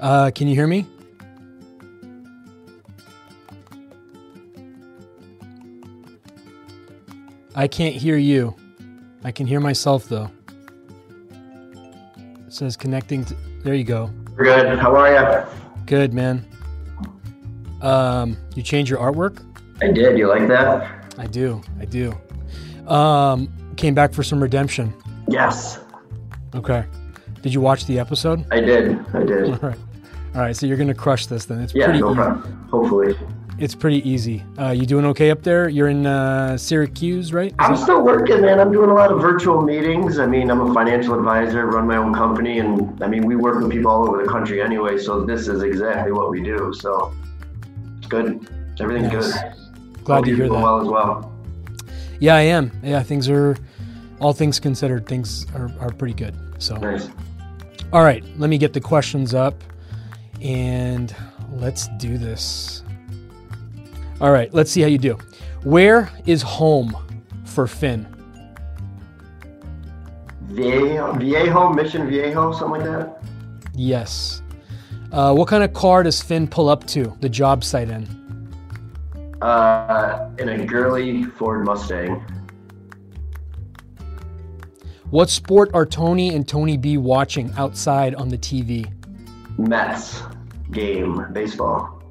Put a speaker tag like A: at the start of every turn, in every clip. A: Uh, can you hear me? I can't hear you. I can hear myself though. It says connecting. To, there you go.
B: We're good. How are you?
A: Good man. Um, you change your artwork?
B: I did. You like that?
A: I do. I do. Um, came back for some redemption.
B: Yes,
A: Okay. Did you watch the episode?
B: I did. I
A: All
B: did.
A: right. All right. So you're gonna crush this then. It's
B: Yeah,
A: pretty.
B: no
A: easy.
B: problem. Hopefully,
A: It's pretty easy. Uh, you doing okay up there? You're in uh, Syracuse, right?
B: I'm still working, man. I'm doing a lot of virtual meetings. I mean, I'm a financial advisor, run my own company, and I mean, we work with people all over the country anyway. So this is exactly what we do. So it's good. Everything's
A: Nice.
B: good.
A: Glad
B: Hope
A: to
B: you're
A: hear
B: doing
A: that.
B: Well, as well.
A: Yeah, I am. Yeah, things are. All things considered, things are, are pretty good. So,
B: Nice.
A: all right, let me get the questions up and let's do this. All right, let's see how you do. Where is home for Finn?
B: Viejo, Viejo, Mission Viejo, something like that.
A: Yes. Uh, what kind of car does Finn pull up to the job site in?
B: Uh, in a girly Ford Mustang.
A: What sport are Tony and Tony B watching outside on the TV?
B: Mets game, baseball.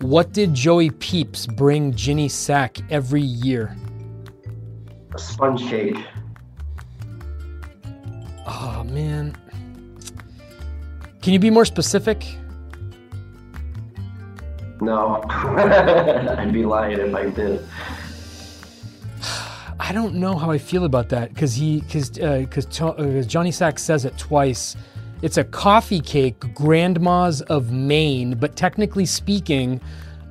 A: What did Joey Peeps bring Ginny Sack every year?
B: A sponge shake.
A: Oh man. Can you be more specific?
B: No, I'd be lying if I did.
A: I don't know how I feel about that because he uh, because because Johnny Sack says it twice. It's a coffee cake, grandmas of Maine, but technically speaking,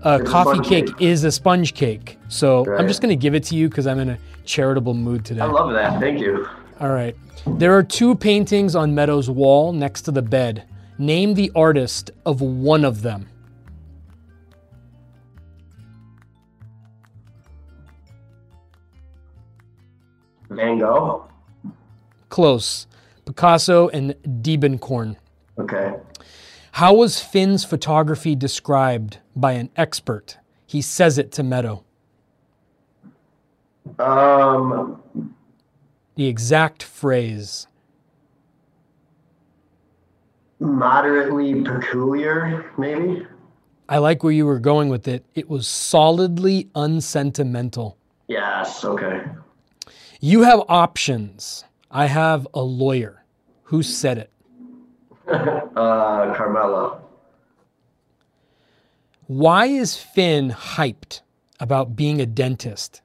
A: a
B: It's a
A: coffee
B: sponge
A: cake
B: cake.
A: is a sponge cake. So I'm
B: Right.
A: just gonna give it to you because I'm in a charitable mood today.
B: I love that. Thank you.
A: All right. There are two paintings on Meadows' wall next to the bed. Name the artist of one of them.
B: Van Gogh.
A: Close. Picasso and Diebenkorn.
B: Okay.
A: How was Finn's photography described by an expert? He says it to Meadow.
B: Um,
A: The exact phrase.
B: moderately peculiar, maybe.
A: I like where you were going with it. It was solidly unsentimental.
B: Yes. Okay.
A: You have options. I have a lawyer. Who said it?
B: Uh, Carmelo.
A: Why is Finn hyped about being a dentist?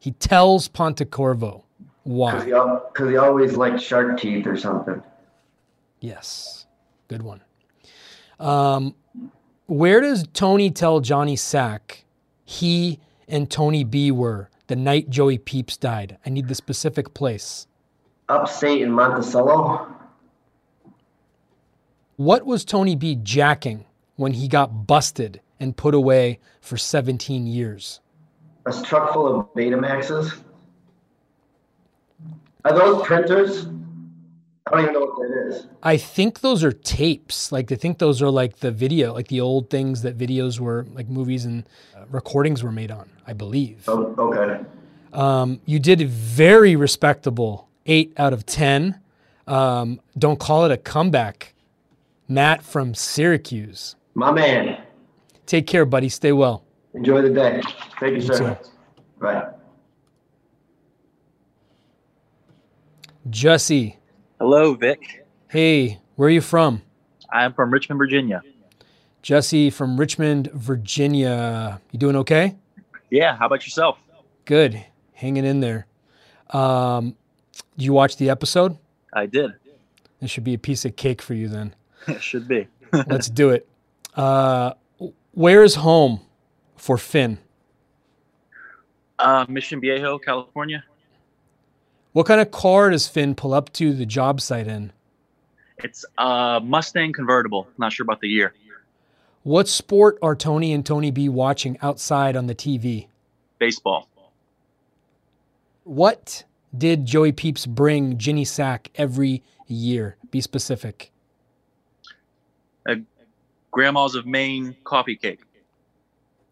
A: He tells Pontecorvo
B: Because
A: why.
B: he, al- 'cause he always liked shark teeth or something.
A: Yes, good one. Um, where does Tony tell Johnny Sack he and Tony B were the night Joey Peeps died? I need the specific place.
B: Upstate in Monticello.
A: What was Tony B jacking when he got busted and put away for 17 years?
B: A truck full of Betamaxes. Are those printers? I don't even know what that is.
A: I think those are tapes. Like I think those are like the video, like the old things that videos were, like movies and uh, recordings were made on. I believe.
B: Oh, okay.
A: Um, you did very respectable, eight out of ten. Um, don't call it a comeback, Matt from Syracuse.
B: My man.
A: Take care, buddy. Stay well.
B: Enjoy the day. Thank you, sir.
A: too.
B: Bye.
A: Jussie,
C: Hello, Vic.
A: hey, where are you from?
C: I'm from Richmond, Virginia.
A: Jesse from Richmond, Virginia. You doing okay?
C: Yeah, how about yourself?
A: Good, hanging in there. Um, did you watch the episode?
C: I did.
A: This should be a piece of cake for you then.
C: Should be.
A: Let's do it. Uh, where is home for Finn?
C: Uh, Mission Viejo, California.
A: What kind of car does Finn pull up to the job site in?
C: It's uh, Mustang convertible. Not sure about the year.
A: What sport are Tony and Tony B watching outside on the TV?
C: Baseball.
A: What did Joey Peeps bring Ginny Sack every year? Be specific.
C: a grandma's of Maine coffee cake.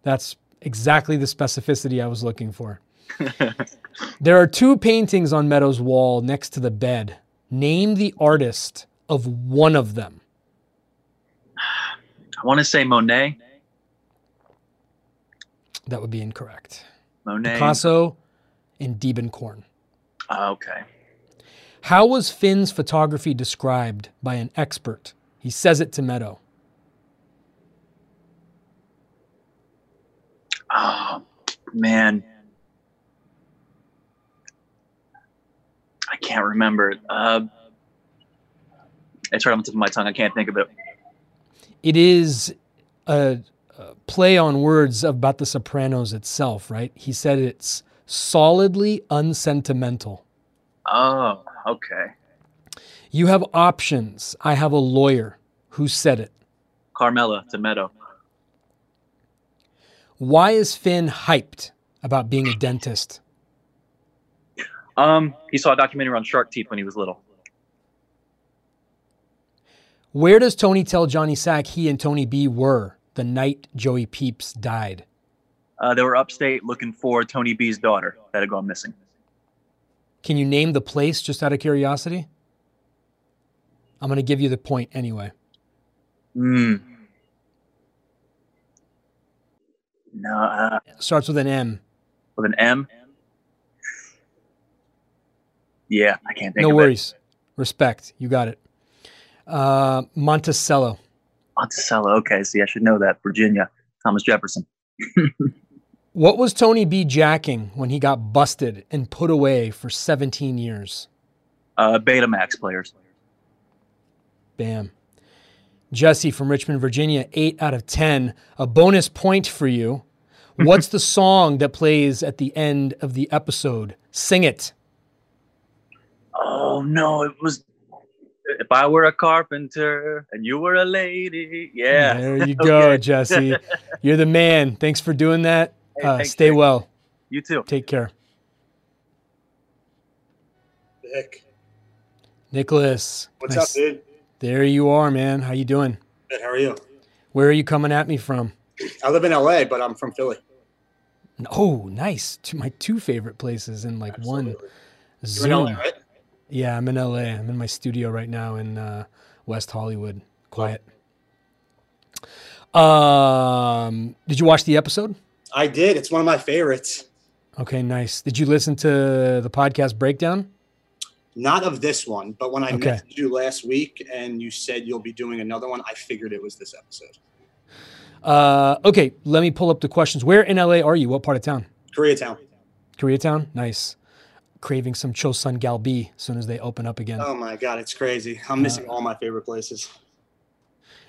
A: That's exactly the specificity I was looking for. there are two paintings on Meadows' wall next to the bed. Name the artist of one of them.
C: I want to say Monet.
A: That would be incorrect.
C: Monet.
A: Picasso and Diebenkorn.
C: Ah, okay.
A: How was Finn's photography described by an expert? He says it to Meadow.
C: Oh, man. I can't remember. it. Uh, it's right on the tip of my tongue. I can't think of it.
A: It is a, a play on words about The Sopranos itself, right? He said it's solidly unsentimental.
C: Oh, okay.
A: You have options. I have a lawyer. Who said it?
C: Carmela to Meadow.
A: Why is Finn hyped about being a dentist?
C: Um, he saw a documentary on shark teeth when he was little.
A: Where does Tony tell Johnny Sack he and Tony B were the night Joey Peeps died?
C: Uh, they were upstate looking for Tony B's daughter that had gone missing.
A: Can you name the place just out of curiosity? I'm going to give you the point anyway. Hmm.
C: Mm. No, uh,
A: starts with an M.
C: with an M. Yeah, I can't think
A: no
C: of it.
A: worries. Respect. You got it. Uh, Monticello.
C: Monticello. Okay, see, I should know that. Virginia. Thomas Jefferson.
A: What was Tony B jacking when he got busted and put away for 17 years?
C: Uh, Betamax players.
A: Bam. Jesse from Richmond, Virginia, 8 out of 10. A bonus point for you. What's the song that plays at the end of the episode? Sing it.
C: Oh no, it was. If I were a carpenter and you were a lady, yeah.
A: There you go,
C: Okay.
A: Jesse. You're the man. Thanks for doing that.
C: Hey,
A: Uh,
C: thanks,
A: stay
C: Jake.
A: well.
C: You too.
A: Take care.
D: Nick,
A: Nicholas.
D: what's
A: nice-
D: up, dude?
A: There you are, man. How you doing?
D: Good, how are you?
A: Where are you coming at me from?
D: I live in LA, but I'm from Philly.
A: Oh, nice. Two, my two favorite places in like one
D: Absolutely. You're
A: Zoom.
D: in LA, right?
A: Yeah, I'm in LA. I'm in my studio right now in uh, West Hollywood. Quiet. Um, did you watch the episode?
D: I did. It's one of my favorites.
A: Okay, nice. Did you listen to the podcast breakdown?
D: Not of this one, but when I
A: Okay.
D: messaged you last week and you said you'll be doing another one, I figured it was this episode.
A: Uh, okay, let me pull up the questions. Where in LA are you? What part of town?
D: Koreatown.
A: Koreatown? Nice. Craving some Chosun Galbi as soon as they open up again.
D: Oh my God, it's crazy. I'm
A: Uh,
D: missing all my favorite places.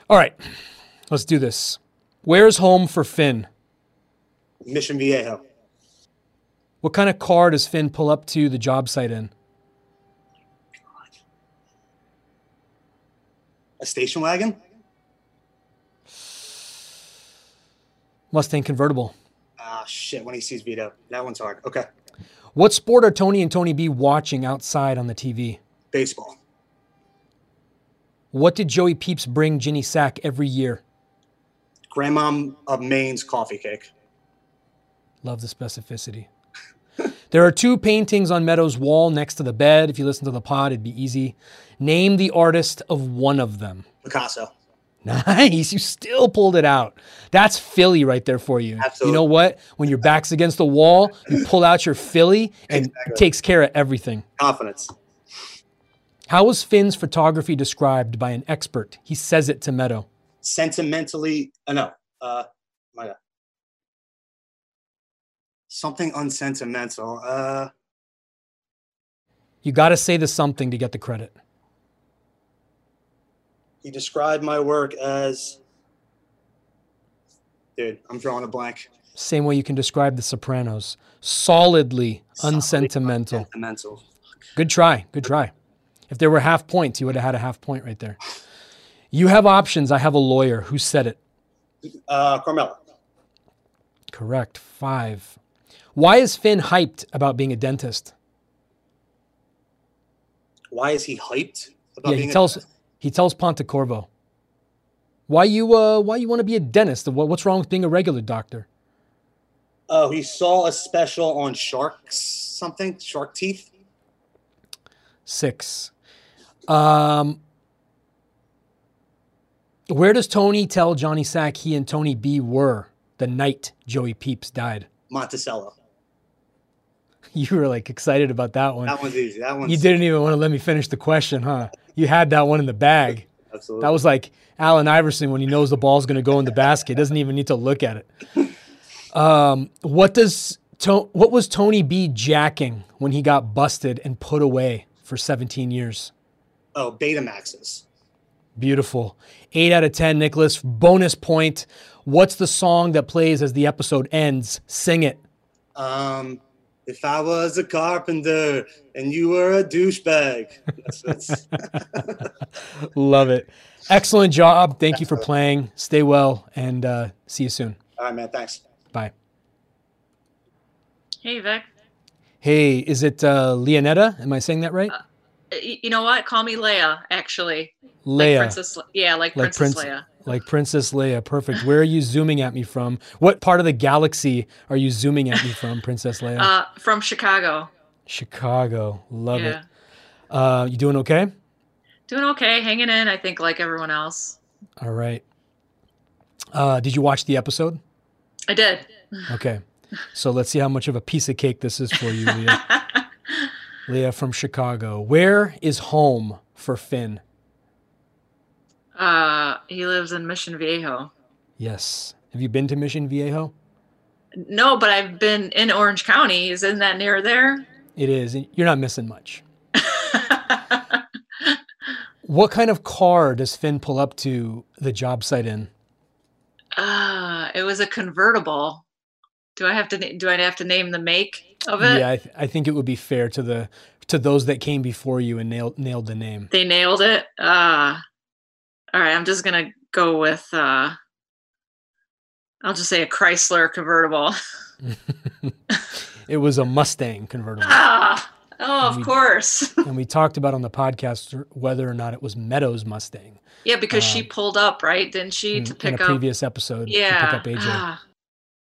A: All right, let's do this. Where's home for Finn?
D: Mission Viejo.
A: What kind of car does Finn pull up to the job site in?
D: A station wagon?
A: Mustang convertible.
D: Ah, shit, when he sees Vito. That one's hard. Okay.
A: What sport are Tony and Tony B watching outside on the TV?
D: Baseball.
A: What did Joey Peeps bring Ginny Sack every year?
D: Grandmom of Maine's coffee cake.
A: Love the specificity. there are two paintings on Meadows' wall next to the bed. If you listen to the pod, it'd be easy. Name the artist of one of them.
D: Picasso.
A: Nice. You still pulled it out. That's Philly right there for you. You
D: Absolutely.
A: know what? When your back's against the wall, you pull out your Philly and
D: Exactly.
A: it takes care of everything.
D: Confidence.
A: How was Finn's photography described by an expert? He says it to Meadow.
D: sentimentally uh, no uh my God. something unsentimental uh
A: You got to say the something to get the credit.
D: he described my work as dude i'm drawing a blank
A: Same way you can describe The Sopranos. Solidly unsentimental.
D: sentimental
A: Good try. Good try. If there were half points, you would have had a half point right there. You have options. I have a lawyer. Who said it?
D: uh carmela
A: Correct. Five. Why is Finn hyped about being a dentist?
D: why is he hyped about
A: yeah,
D: being
A: he
D: a-
A: tells he tells Pontecorvo. Why you uh, why you want to be a dentist? What, what's wrong with being a regular doctor?
D: Oh, he saw a special on sharks, something shark teeth.
A: Six. Um, where does Tony tell Johnny Sack he and Tony B were the night Joey Peeps died?
D: Monticello.
A: You were like excited about that one.
D: That one's easy. That one's
A: You didn't even want to let me finish the question, huh? You had that one in the bag.
D: absolutely.
A: That was like Allen Iverson when he knows the ball's going to go in the basket. Doesn't even need to look at it. Um, what does to- what was Tony B jacking when he got busted and put away for 17 years?
D: oh, Betamaxes.
A: Beautiful. Eight out of 10, Nicholas. Bonus point. What's the song that plays as the episode ends? Sing it.
D: Um, if I was a carpenter and you were a douchebag, that's, that's,
A: Love it. Excellent job. Thank you for playing. Stay well and uh, see you soon.
D: all right, man. Thanks.
A: Bye.
E: Hey, Vic.
A: Hey, is it uh, Leonetta? Am I saying that
E: Uh,
A: right?
E: Y- You know what? Call me Leia, actually. Like
A: Leia.
E: Princess, Le- yeah, like,
A: Like
E: Princess
A: Prince-
E: Leia.
A: Like Princess Leia. Perfect. Where are you zooming at me from? What part of the galaxy are you zooming at me from, Princess Leia?
E: Uh, from Chicago.
A: Chicago. Love
E: yeah.
A: it. Uh, you doing okay?
E: Doing okay, hanging in, I think, like everyone else.
A: All right. Uh, did you watch the episode?
E: I did.
A: Okay. So let's see how much of a piece of cake this is for you, Leah. Leah from Chicago. Where is home for Finn?
E: uh, he lives in Mission Viejo.
A: Yes. Have you been to Mission Viejo?
E: No, but I've been in Orange County. Isn't that near there?
A: It is. and You're not missing much. What kind of car does Finn pull up to the job site in?
E: uh, it was a convertible. Do I have to? na- Do I have to name the make of it?
A: Yeah, I, th- I think it would be fair to the to those that came before you and nailed nailed the name.
E: They nailed it. Uh, all right, I'm just gonna go with. Uh, I'll just say a Chrysler convertible.
A: It was a Mustang convertible.
E: ah, oh, of
A: We-
E: course.
A: and we talked about on the podcast whether or not it was Meadows Mustang
E: yeah, because she
A: Um,
E: pulled up, right? Didn't she
A: in,
E: to
A: in a
E: pick up?
A: previous episode
E: yeah.
A: to pick up AJ.
E: Ah,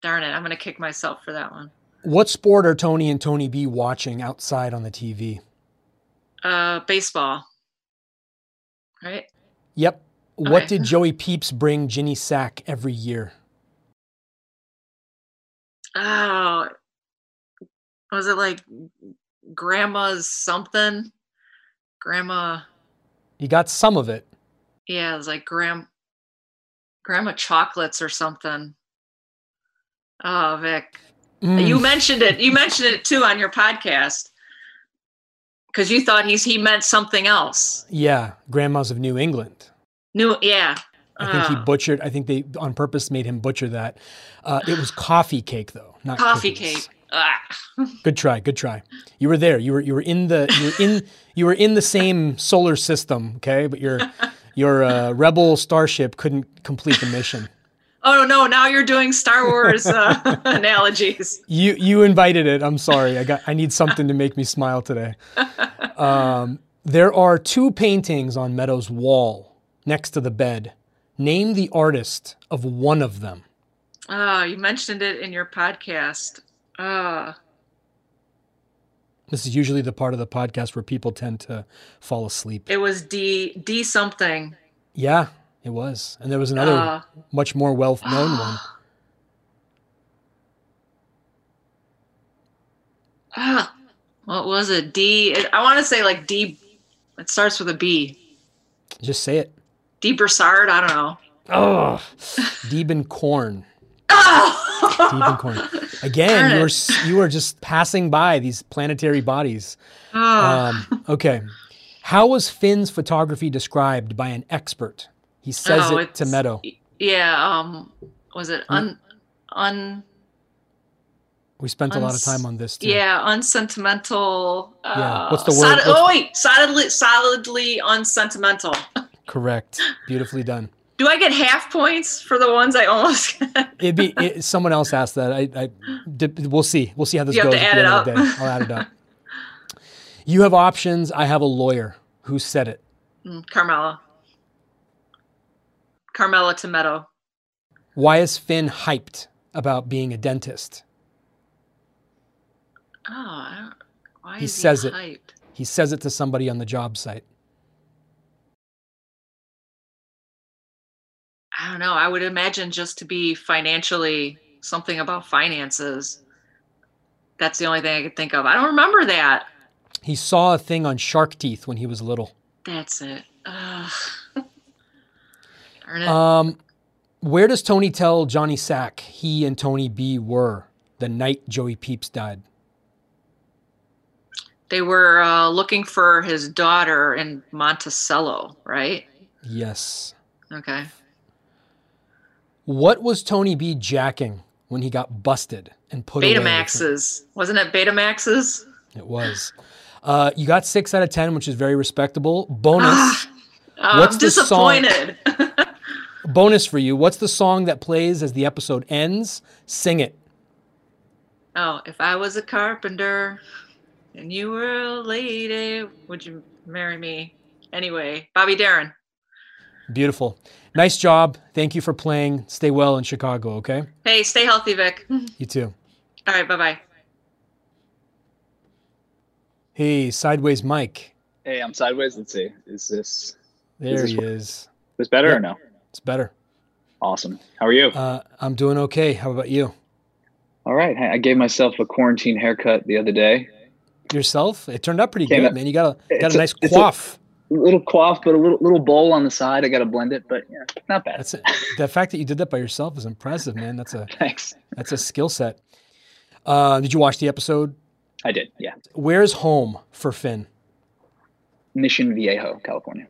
E: darn it! I'm gonna kick myself for that one.
A: What sport are Tony and Tony B watching outside on the TV?
E: Uh, baseball. Right.
A: Yep. What
E: Okay.
A: did Joey Peeps bring Ginny Sack every year?
E: Oh, was it like grandma's something? Grandma,
A: You got some of it.
E: yeah, it was like grand, grandma chocolates or something. Oh, Vic,
A: Mm,
E: you mentioned it. You mentioned it too on your podcast because you thought he's he meant something else.
A: yeah, Grandmas of New England.
E: New, yeah.
A: I think he
E: Ah,
A: butchered. I think they on purpose made him butcher that. Uh, it was coffee cake though, not
E: coffee
A: cookies.
E: cake. Ah,
A: Good try, good try. You were there. You were you were in the you were in you were in the same solar system. Okay, but your your uh, rebel starship couldn't complete the mission.
E: Oh no! Now you're doing Star Wars uh, analogies.
A: You you invited it. I'm sorry. I got I need something to make me smile today. Um, there are two paintings on Meadows' wall next to the bed. Name the artist of one of them.
E: Oh, you mentioned it in your podcast. Ah.
A: This is usually the part of the podcast where people tend to fall asleep.
E: It was D D something.
A: yeah, it was. And there was another
E: Uh,
A: much more well known one.
E: ah, what was it? D. I want to say like D. It starts with a B.
A: Just say it.
E: D Broussard. I don't know.
A: Oh, Deben Corn. Deben
E: Oh,
A: Corn.
E: Darn
A: Again, you
E: it.
A: were s- you were just passing by these planetary bodies. Um, okay. How was Finn's photography described by an expert? He says
E: Oh,
A: it to
E: it's-
A: Meadow.
E: yeah. Um, was it un un
A: We spent a lot of
E: uns-
A: time on this too.
E: yeah unsentimental? Uh,
A: Yeah, what's the word?
E: solid-
A: What's-
E: oh wait, solidly solidly unsentimental.
A: Correct. Beautifully done.
E: Do I get half points for the ones I almost? Got?
A: It'd be it, someone else asked that. I, I d- we'll see. We'll see how this
E: You have
A: goes
E: to
A: at
E: add
A: the
E: it
A: end of the
E: up.
A: day. I'll add it up. You have
E: Hmm,
A: options. I have a lawyer who said it.
E: Mm, Carmela. Carmela Tomato.
A: Why is Finn hyped about being a dentist?
E: Oh, I don't, why
A: He
E: is
A: says
E: he
A: it.
E: hyped?
A: He says it to somebody on the job site.
E: I don't know. I would imagine just to be financially something about finances. That's the only thing I could think of. I don't remember that.
A: He saw a thing on shark teeth when he was little.
E: That's it. Ugh. Darn it.
A: Um, where does Tony tell Johnny Sack he and Tony B were the night Joey Peeps died?
E: they were uh, looking for his daughter in Monticello, right?
A: Yes.
E: Okay.
A: What was Tony B jacking when he got busted and put away?
E: Betamaxes. Wasn't it Betamaxes?
A: It was. Uh, you got six out of ten, which is very respectable. Bonus,
E: Ah,
A: What's
E: I'm
A: the song?
E: disappointed.
A: bonus for you. What's the song that plays as the episode ends? Sing it.
E: oh, if I was a carpenter and you were a lady, would you marry me? Anyway, Bobby Darren.
A: Beautiful. Nice job. Thank you for playing. Stay well in Chicago. Okay.
E: Hey, stay healthy, Vic. All
A: You too.
E: right, bye bye.
A: Hey, sideways Mike.
C: Hey, I'm sideways. Let's see. Is this
A: There
C: this
A: he
C: what-
A: is.
C: this better
A: Yeah.
C: or no?
A: It's better.
C: Awesome. How are you?
A: Uh, I'm doing okay. How about you?
C: All right. Hey, I gave myself a quarantine haircut the other day.
A: Yourself? It turned out pretty
C: Came
A: good,
C: up-
A: man. You got a got
C: It's
A: a
C: a-
A: nice
C: it's a-
A: quaff.
C: Little quaff, but a little little bowl on the side. I got to blend it, but yeah, not bad.
A: That's it. The fact that you did that by yourself is impressive, man. That's a
C: Thanks.
A: that's a skill set. Uh, did you watch the episode?
C: I did. Yeah.
A: Where's home for Finn?
C: Mission Viejo, California.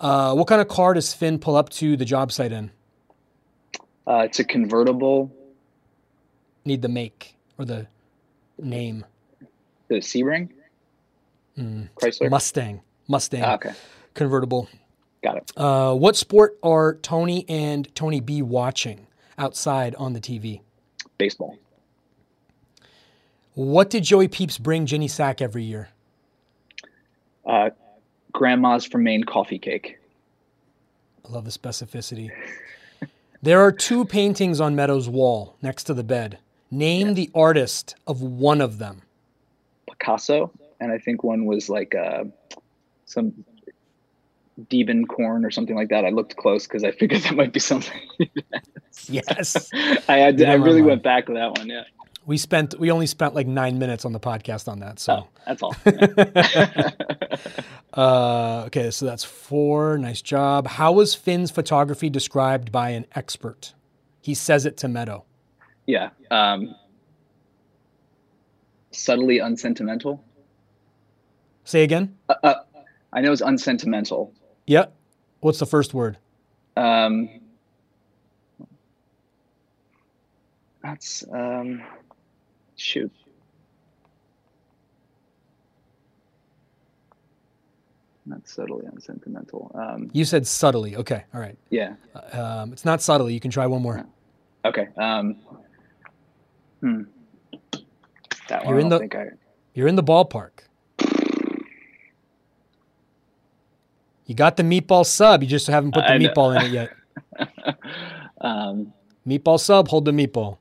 A: Uh, what kind of car does Finn pull up to the job site in?
C: Uh, it's a convertible,
A: Need the make or the name?
C: the Sebring,
A: Mm,
C: Chrysler.
A: Mustang. Mustang
C: Ah, okay,
A: convertible.
C: got it.
A: Uh, what sport are Tony and Tony B watching outside on the TV?
C: Baseball.
A: What did Joey Peeps bring Ginny Sack every year?
C: Uh, grandma's from Maine coffee cake.
A: I love the specificity. there are two paintings on Meadows' wall next to the bed. Name the artist of one of them.
C: Picasso, and I think one was like uh, some Deben corn or something like that. I looked close because I figured that might be something.
A: Yes.
C: I had to, I
A: Never
C: really
A: mind.
C: went back to that one. Yeah,
A: we spent we only spent like 9 minutes on the podcast on that,
C: Oh,
A: so
C: that's all.
A: Uh, okay, so that's four. Nice job. How was Finn's photography described by an expert? He says it to Meadow.
C: yeah. Um, subtly unsentimental.
A: Say again.
C: Uh, uh, I know it's unsentimental.
A: Yep. What's the first word?
C: Um, that's um, shoot. Not subtly unsentimental. Um,
A: You said subtly. Okay. All right.
C: yeah.
A: Um, it's not subtly. You can try one more.
C: Okay. Um, hmm. That one.
A: You're in
C: I don't
A: the-
C: think I.
A: You're in the ballpark. You got the meatball sub. You just haven't put the
C: I know.
A: meatball in it yet.
C: um,
A: Meatball sub. Hold the meatball.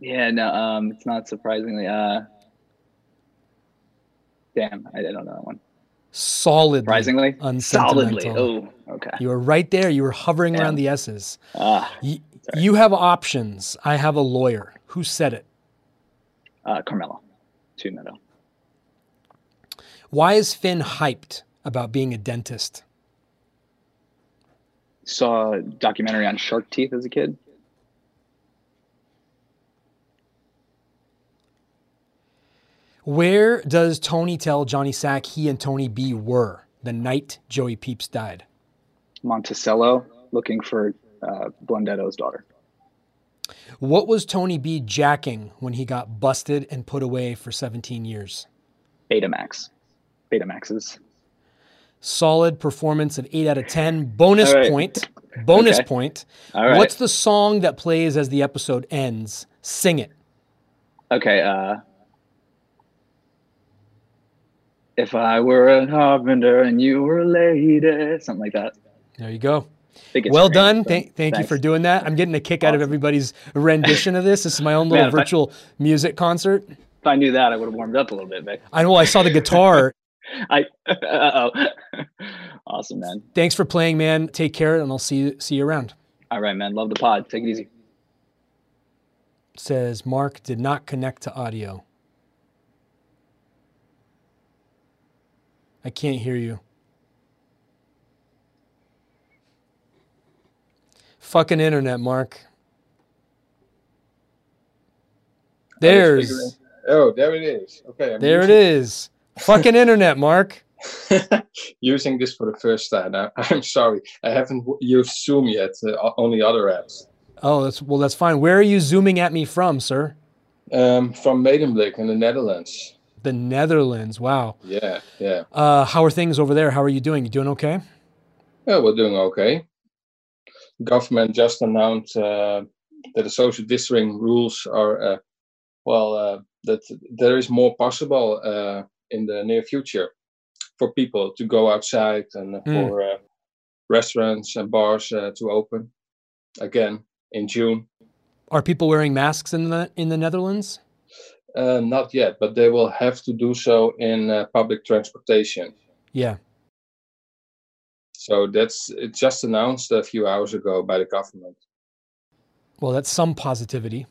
C: yeah. No. Um, it's not surprisingly. Uh, damn. I, I don't know that one.
A: Solidly.
C: Surprisingly.
A: Unsentimental.
C: Solidly. Oh. Okay.
A: You were right there. You were hovering
C: Yeah.
A: around the S's.
C: Uh,
A: You, you have options. I have a lawyer. Who said it?
C: uh, Carmelo. Two meadow.
A: Why is Finn hyped about being a dentist?
C: saw a documentary on shark teeth as a kid.
A: Where does Tony tell Johnny Sack he and Tony B were the night Joey Peeps died?
C: Monticello looking for uh, Blondetto's daughter.
A: What was Tony B jacking when he got busted and put away for 17 years?
C: Betamax. Betamaxes.
A: Solid performance of 8 out of 10. Bonus
C: All right.
A: point. Bonus
C: Okay.
A: point.
C: All right.
A: What's the song that plays as the episode ends? Sing it.
C: okay. Uh, if I were a carpenter and you were a lady, something like that.
A: There you go.
C: think it's
A: well
C: great,
A: done.
C: so
A: Thank, thank you
C: thanks.
A: for doing that. I'm getting a kick out of everybody's rendition of this. This is my own little
C: Man, if I-
A: virtual music concert.
C: If I knew that, I would have warmed up a little bit, Vic.
A: I know I saw the guitar.
C: I uh oh, awesome, man.
A: Thanks for playing, man. Take care, and I'll see you, see you around.
C: All right, man. Love the pod. Take it easy.
A: Says Mark did not connect to audio. I can't hear you. Fucking internet, Mark. There's
F: Oh, there it is. Okay. I'm
A: there it
F: using,
A: is. Fucking internet, Mark.
F: Using this for the first time. I, I'm sorry. I haven't w- used Zoom yet. Uh, o- only other apps.
A: Oh, that's well, that's fine. Where are you zooming at me from, sir?
F: Um, from Medemblik in the Netherlands.
A: The Netherlands. Wow.
F: Yeah, yeah.
A: Uh, how are things over there? How are you doing? You doing okay?
F: Yeah, we're doing okay. Government just announced uh, that the social distancing rules are uh, well. Uh, that there is more possible uh, in the near future for people to go outside and
A: Mm.
F: for uh, restaurants and bars uh, to open again in June.
A: Are people wearing masks in the in the Netherlands?
F: Uh, not yet, but they will have to do so in uh, public transportation.
A: Yeah.
F: So that's it just announced a few hours ago by the government.
A: Well, that's some positivity.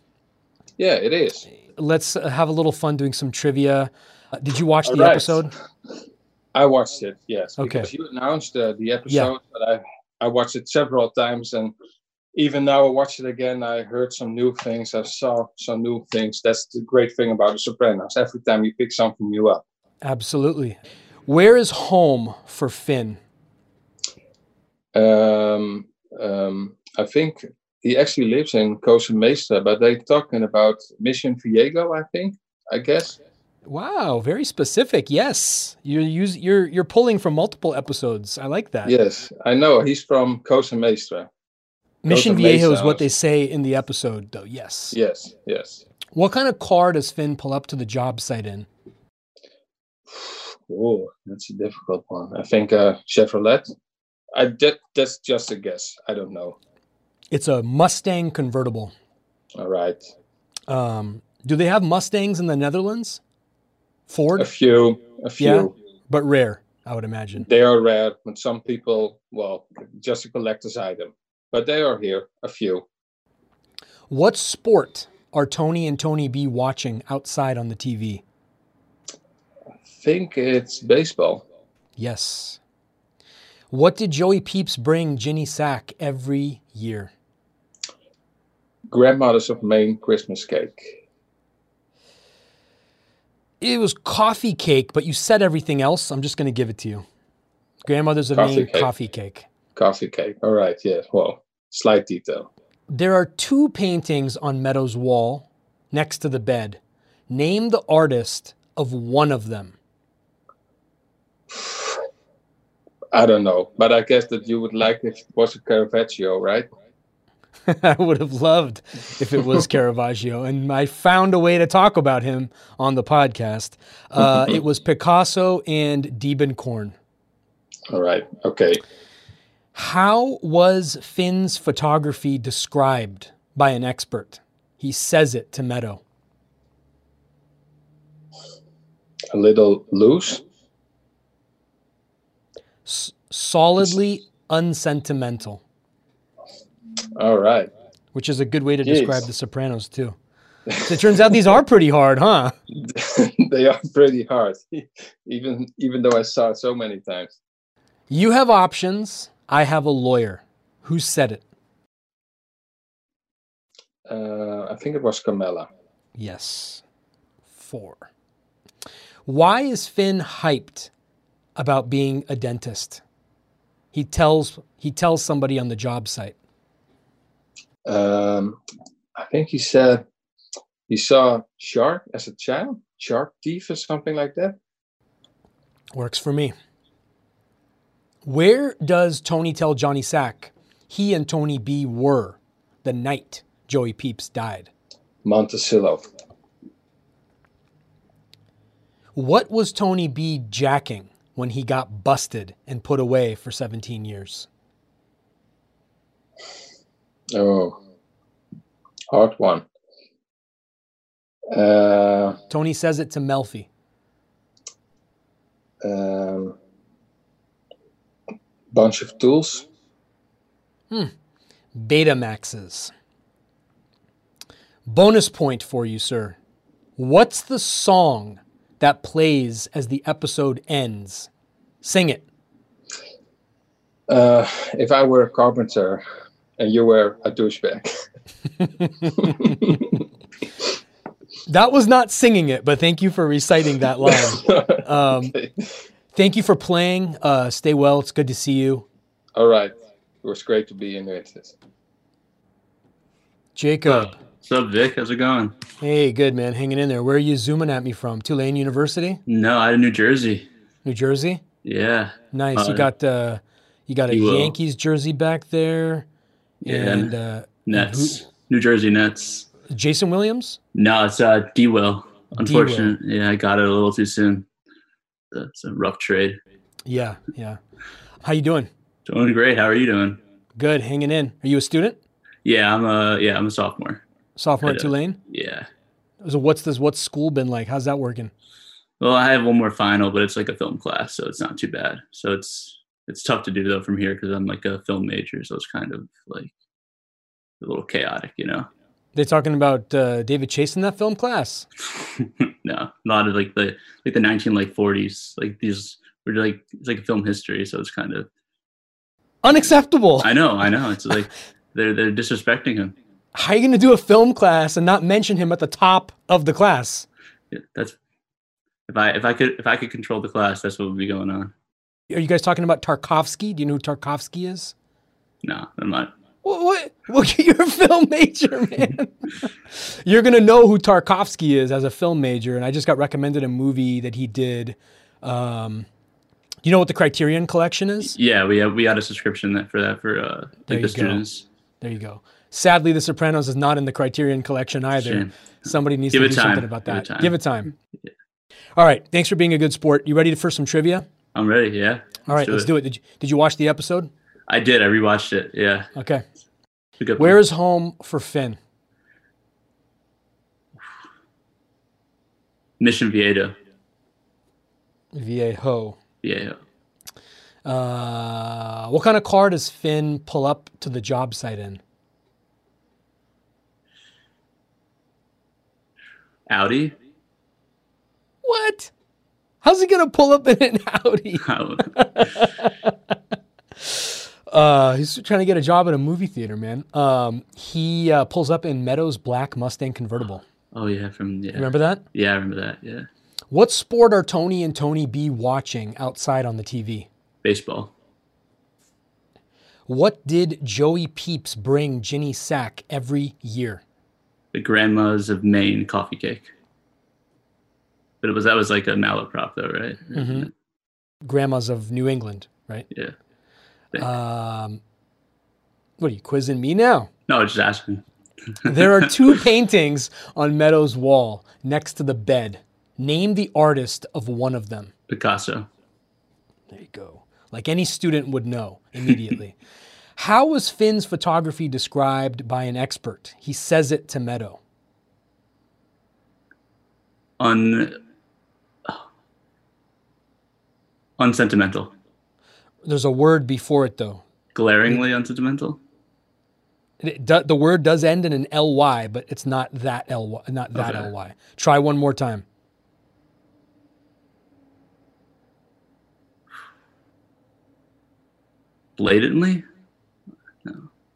F: Yeah, it is.
A: Let's uh, have a little fun doing some trivia. Uh, did you watch the
F: Alright.
A: episode?
F: I watched it, yes.
A: Okay.
F: Because you announced uh, the episode, but I, I watched it several times. And even now I watched it again. I heard some new things. I saw some new things. That's the great thing about The Sopranos. Every time you pick something new up.
A: Absolutely. Where is home for Finn?
F: Um, um, I think he actually lives in Costa Mesa, but they're talking about Mission Viego, I think, I guess.
A: Wow, very specific. Yes, you're use, you're you're pulling from multiple episodes. I like that.
F: Yes, I know. He's from Costa Mesa.
A: Mission
F: Those are
A: Viejo is
F: Mesa.
A: what they say in the episode, though. Yes.
F: Yes, yes.
A: What kind of car does Finn pull up to the job site in?
F: Oh, that's a difficult one. I think uh, Chevrolet. I that, that's just a guess. I don't know.
A: It's a Mustang convertible.
F: All right,
A: Um, do they have Mustangs in the Netherlands? Ford,
F: a few, a
A: Yeah.
F: few.
A: but rare, I would imagine.
F: They are rare, but some people, well, just a collector's item. But they are here, a few.
A: What sport are Tony and Tony B watching outside on the TV?
F: I think it's baseball.
A: Yes. What did Joey Peeps bring Ginny Sack every year?
F: Grandmothers of Maine Christmas cake.
A: It was coffee cake, but you said everything else. I'm just going to give it to you. Grandmother's of
F: Coffee
A: Maine
F: cake.
A: coffee cake.
F: Coffee cake. All right, yeah. Well, slight detail.
A: There are two paintings on Meadows' wall next to the bed. Name the artist of one of them.
F: I don't know, but I guess that you would like if it was a Caravaggio, right?
A: I would have loved if it was Caravaggio, and I found a way to talk about him on the podcast. Uh, it was Picasso and Diebenkorn.
F: All right, okay.
A: How was Finn's photography described by an expert? He says it to Meadow.
F: A little loose.
A: S- solidly unsentimental,
F: All right.
A: which is a good way to
F: Jeez.
A: describe The Sopranos, too. So it turns out these are pretty hard, huh?
F: they are pretty hard, even even though I saw it so many times.
A: You have options. I have a lawyer. Who said it?
F: Uh, I think it was Carmela.
A: Yes. Four. Why is Finn hyped about being a dentist? He tells he tells somebody on the job site.
F: Um, I think he said he saw shark as a child, shark teeth or something like that.
A: Works for me. Where does Tony tell Johnny Sack he and Tony B were the night Joey Peeps died?
F: Monticello.
A: What was Tony B jacking when he got busted and put away for 17 years?
F: Oh, hard one. Uh,
A: Tony says it to Melfi.
F: um, bunch of tools.
A: Hmm. Betamaxes. Bonus point for you, sir. What's the song that plays as the episode ends? Sing it.
F: Uh, if I were a carpenter and you were a douchebag,
A: That was not singing it, but thank you for reciting that line. Um, Thank you for playing. Uh, stay well. It's good to see you.
F: all right, it was great to be in it.
A: Jacob.
G: What's up, Vic? How's it going?
A: Hey, good man. Hanging in there. Where are you zooming at me from? Tulane University,
G: No, out of New Jersey.
A: New Jersey.
G: Yeah,
A: Nice. you
G: Uh,
A: got uh, you got a
G: you will.
A: Yankees jersey back there,
G: Yeah.
A: and uh,
G: Nets. New Jersey Nets.
A: Jason Williams.
G: No, it's uh, D Will. Unfortunate. Yeah, I got it a little too soon. That's a rough trade.
A: Yeah, yeah. How you doing?
G: Doing great. How are you doing?
A: Good. Hanging in. Are you a student?
G: Yeah, I'm a yeah, I'm a sophomore.
A: Sophomore at
G: Yeah.
A: Tulane.
G: Yeah.
A: So what's this? What's school been like? How's that working?
G: Well, I have one more final, but it's like a film class, so it's not too bad. So it's it's tough to do though from here because I'm like a film major, so it's kind of like a little chaotic, you know.
A: They talking about uh, David Chase in that film class.
G: no, a lot of like the like the nineteen like forties, like these were like it's like film history, so it's kind of
A: Unacceptable.
G: I know, I know. It's like they're they're disrespecting him.
A: How are you going to do a film class and not mention him at the top of the class?
G: Yeah, that's if I if I could if I could control the class, that's what would be going on.
A: Are you guys talking about Tarkovsky? Do you know who Tarkovsky is?
G: No, I'm not.
A: What? what? Look, you're a film major, man. you're going to know who Tarkovsky is as a film major. And I just got recommended a movie that he did. Um, you know what the Criterion Collection is?
G: Yeah, we have we had a subscription that for that for uh like
A: There you go.
G: the students.
A: There you go. Sadly, The Sopranos is not in the Criterion Collection either.
G: Shame.
A: Somebody needs
G: Give
A: to
G: it
A: do
G: time.
A: something about
G: Give it
A: that.
G: time.
A: Give it time. All right. Thanks for being a good sport. You ready for some trivia?
G: I'm ready. Yeah.
A: All right, let's do it. Did you, did you watch the episode?
G: I did. I rewatched it. Yeah.
A: Okay.
G: Took up-
A: Where is home for Finn?
G: Mission Viejo?
A: Viejo.
G: Viejo.
A: Uh, what kind of car does Finn pull up to the job site in?
G: Audi.
A: What? How's he gonna pull up in an Audi?
G: Oh,
A: Uh, he's trying to get a job at a movie theater, man. Um, he uh, pulls up in Meadows' black Mustang convertible.
G: oh yeah, from yeah.
A: Remember that?
G: Yeah, I remember that. Yeah.
A: What sport are Tony and Tony B watching outside on the TV?
G: Baseball.
A: What did Joey Peeps bring Ginny Sack every year?
G: The grandmas of Maine coffee cake. But it was that was like a malaprop though, right?
A: Mhm. Grandmas of New England, right?
G: Mm-hmm. Yeah.
A: Um, what are you quizzing me now?
G: No, I was just asking.
A: There are two paintings on Meadows' wall next to the bed. Name the artist of one of them.
G: Picasso.
A: There you go. Like any student would know immediately. How was Finn's photography described by an expert? He says it to Meadow.
G: Un unsentimental.
A: There's a word before it though.
G: Glaringly unsentimental.
A: It do, the word does end in an ly, but it's not that ly. Not that
G: Okay.
A: ly. Try one more time.
G: Blatantly?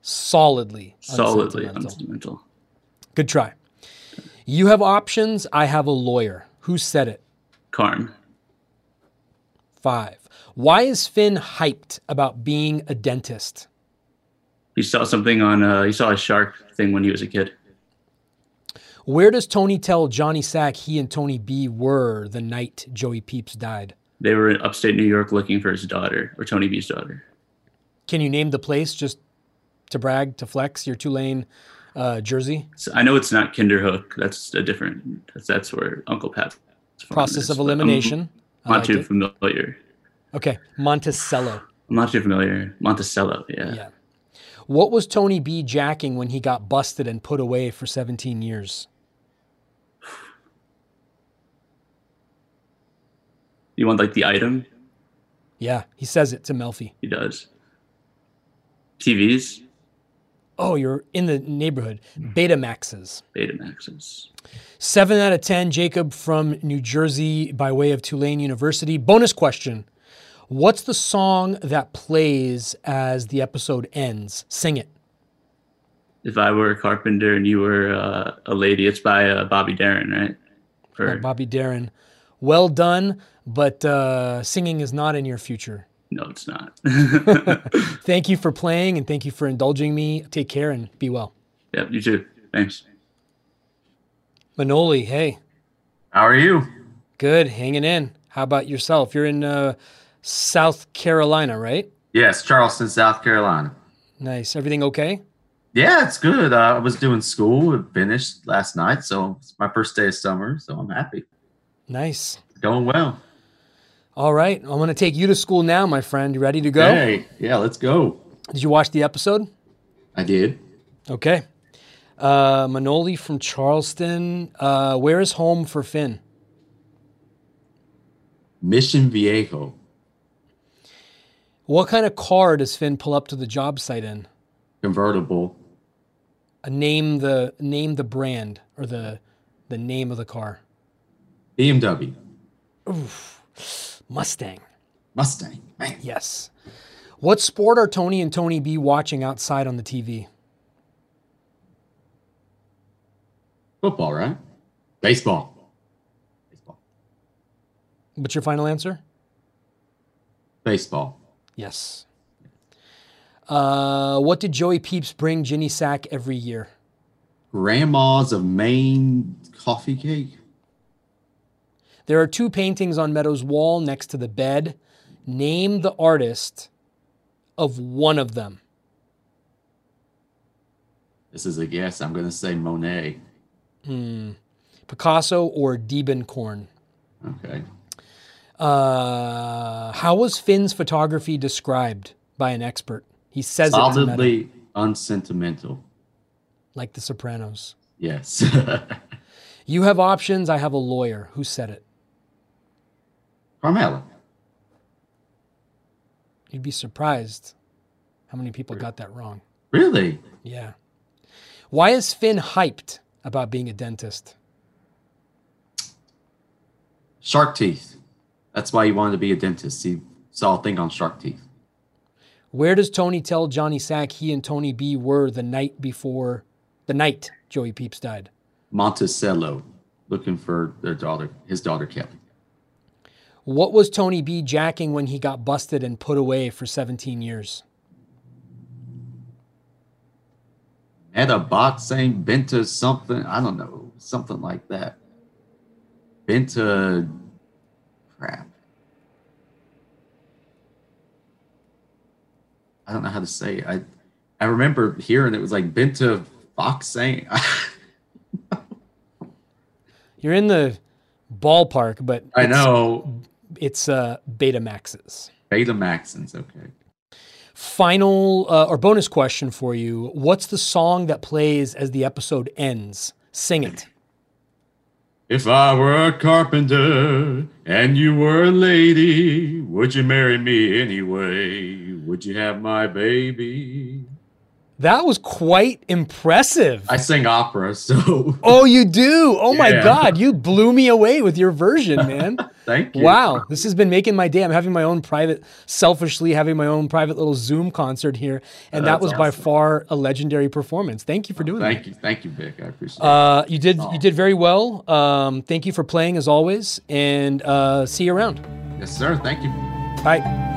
A: Solidly.
G: Solidly
A: unsentimental.
G: unsentimental.
A: Good try. You have options. I have a lawyer. Who said it?
G: Carm.
A: Five. Why is Finn hyped about being a dentist?
G: He saw something on uh he saw a shark thing when he was a kid.
A: Where does Tony tell Johnny Sack he and Tony B were the night Joey Peeps died?
G: They were in upstate New York looking for his daughter, or Tony B's daughter.
A: Can you name the place just to brag, to flex your Tulane uh, jersey?
G: So I know it's not Kinderhook. That's a different. That's that's where Uncle Pat's farm
A: Process
G: is,
A: of
G: but I'm
A: elimination. I
G: not
A: liked
G: too
A: it.
G: familiar.
A: Okay, Monticello.
G: I'm not too familiar. Monticello. Yeah.
A: Yeah. What was Tony B jacking when he got busted and put away for 17 years?
G: You want like the item?
A: Yeah, he says it to Melfi.
G: He does. TVs,
A: Oh, you're in the neighborhood. Betamaxes.
G: Mm-hmm. Betamaxes.
A: Seven out of 10, Jacob from New Jersey by way of Tulane University. Bonus question What's the song that plays as the episode ends? Sing it.
G: If I were a carpenter and you were uh, a lady, it's by uh, Bobby Darin, right?
A: by
G: Or,
A: Bobby Darin. Well done, but uh, singing is not in your future.
G: no, it's not.
A: Thank you for playing and thank you for indulging me. Take care and be well.
G: yep, you too. Thanks.
A: Manoli, hey,
H: How are you?
A: good, hanging in. How about yourself? You're in uh, South Carolina, right?
H: Yes, Charleston, South Carolina.
A: Nice. Everything okay?
H: Yeah, it's good. Uh, I was doing school. It finished last night, so it's my first day of summer. So I'm happy.
A: Nice.
H: It's going well.
A: All right. I'm going to take you to school now, my friend. You ready to go?
H: Hey, yeah, let's go.
A: Did you watch the episode?
H: I did.
A: Okay. Uh, Manoli from Charleston. Uh, where is home for Finn?
H: Mission Viejo.
A: What kind of car does Finn pull up to the job site in?
H: convertible.
A: Uh, name the name the brand or the the name of the car.
H: BMW.
A: Mustang.
H: Mustang. Man.
A: Yes. What sport are Tony and Tony B watching outside on the TV?
H: Football, right? Baseball. Baseball.
A: What's your final answer?
H: Baseball.
A: Yes. Uh, what did Joey Peeps bring Ginny Sack every year?
H: Grandma's of Maine coffee cake.
A: There are two paintings on Meadows' wall next to the bed. Name the artist of one of them.
H: This is a guess. I'm gonna say Monet.
A: Hmm. Picasso or Diebenkorn?
H: Okay.
A: Uh, how was Finn's photography described by an expert? He says it to Meadow,
H: Solidly unsentimental.
A: like The Sopranos.
H: Yes.
A: You have options. I have a lawyer. Who said it?
H: Carmela.
A: You'd be surprised how many people got that wrong.
H: Really?
A: Yeah. Why is Finn hyped about being a dentist?
H: Shark teeth. That's why he wanted to be a dentist. He saw a thing on shark teeth.
A: Where does Tony tell Johnny Sack he and Tony B were the night before the night Joey Peeps died?
H: Monticello, looking for their daughter, his daughter Kelly.
A: What was Tony B jacking when he got busted and put away for 17 years?
H: Meta bot saying Benta something. I don't know. Something like that. Benta crap. I don't know how to say it. I I remember hearing it was like Benta Fox saying
A: You're in the ballpark, but
H: I know.
A: it's uh, Betamaxes.
H: Beta Maxons, okay.
A: Final uh, or bonus question for you What's the song that plays as the episode ends? Sing it.
H: If I were a carpenter and you were a lady, would you marry me anyway? Would you have my baby?
A: That was quite impressive.
H: I sing opera, so
A: oh, you do? Oh my
H: Yeah.
A: God, you blew me away with your version, man.
H: thank you.
A: Wow, this has been making my day. I'm having my own private, selfishly having my own private little Zoom concert here, and that
H: Oh, That's
A: was by
H: awesome.
A: far a legendary performance. Thank you for doing
H: Thank you, thank you, Vic. I appreciate
A: that. Uh, you did you did very well. Um, thank you for playing as always, and uh, see you around.
H: it. Yes, sir. Thank you.
A: Bye.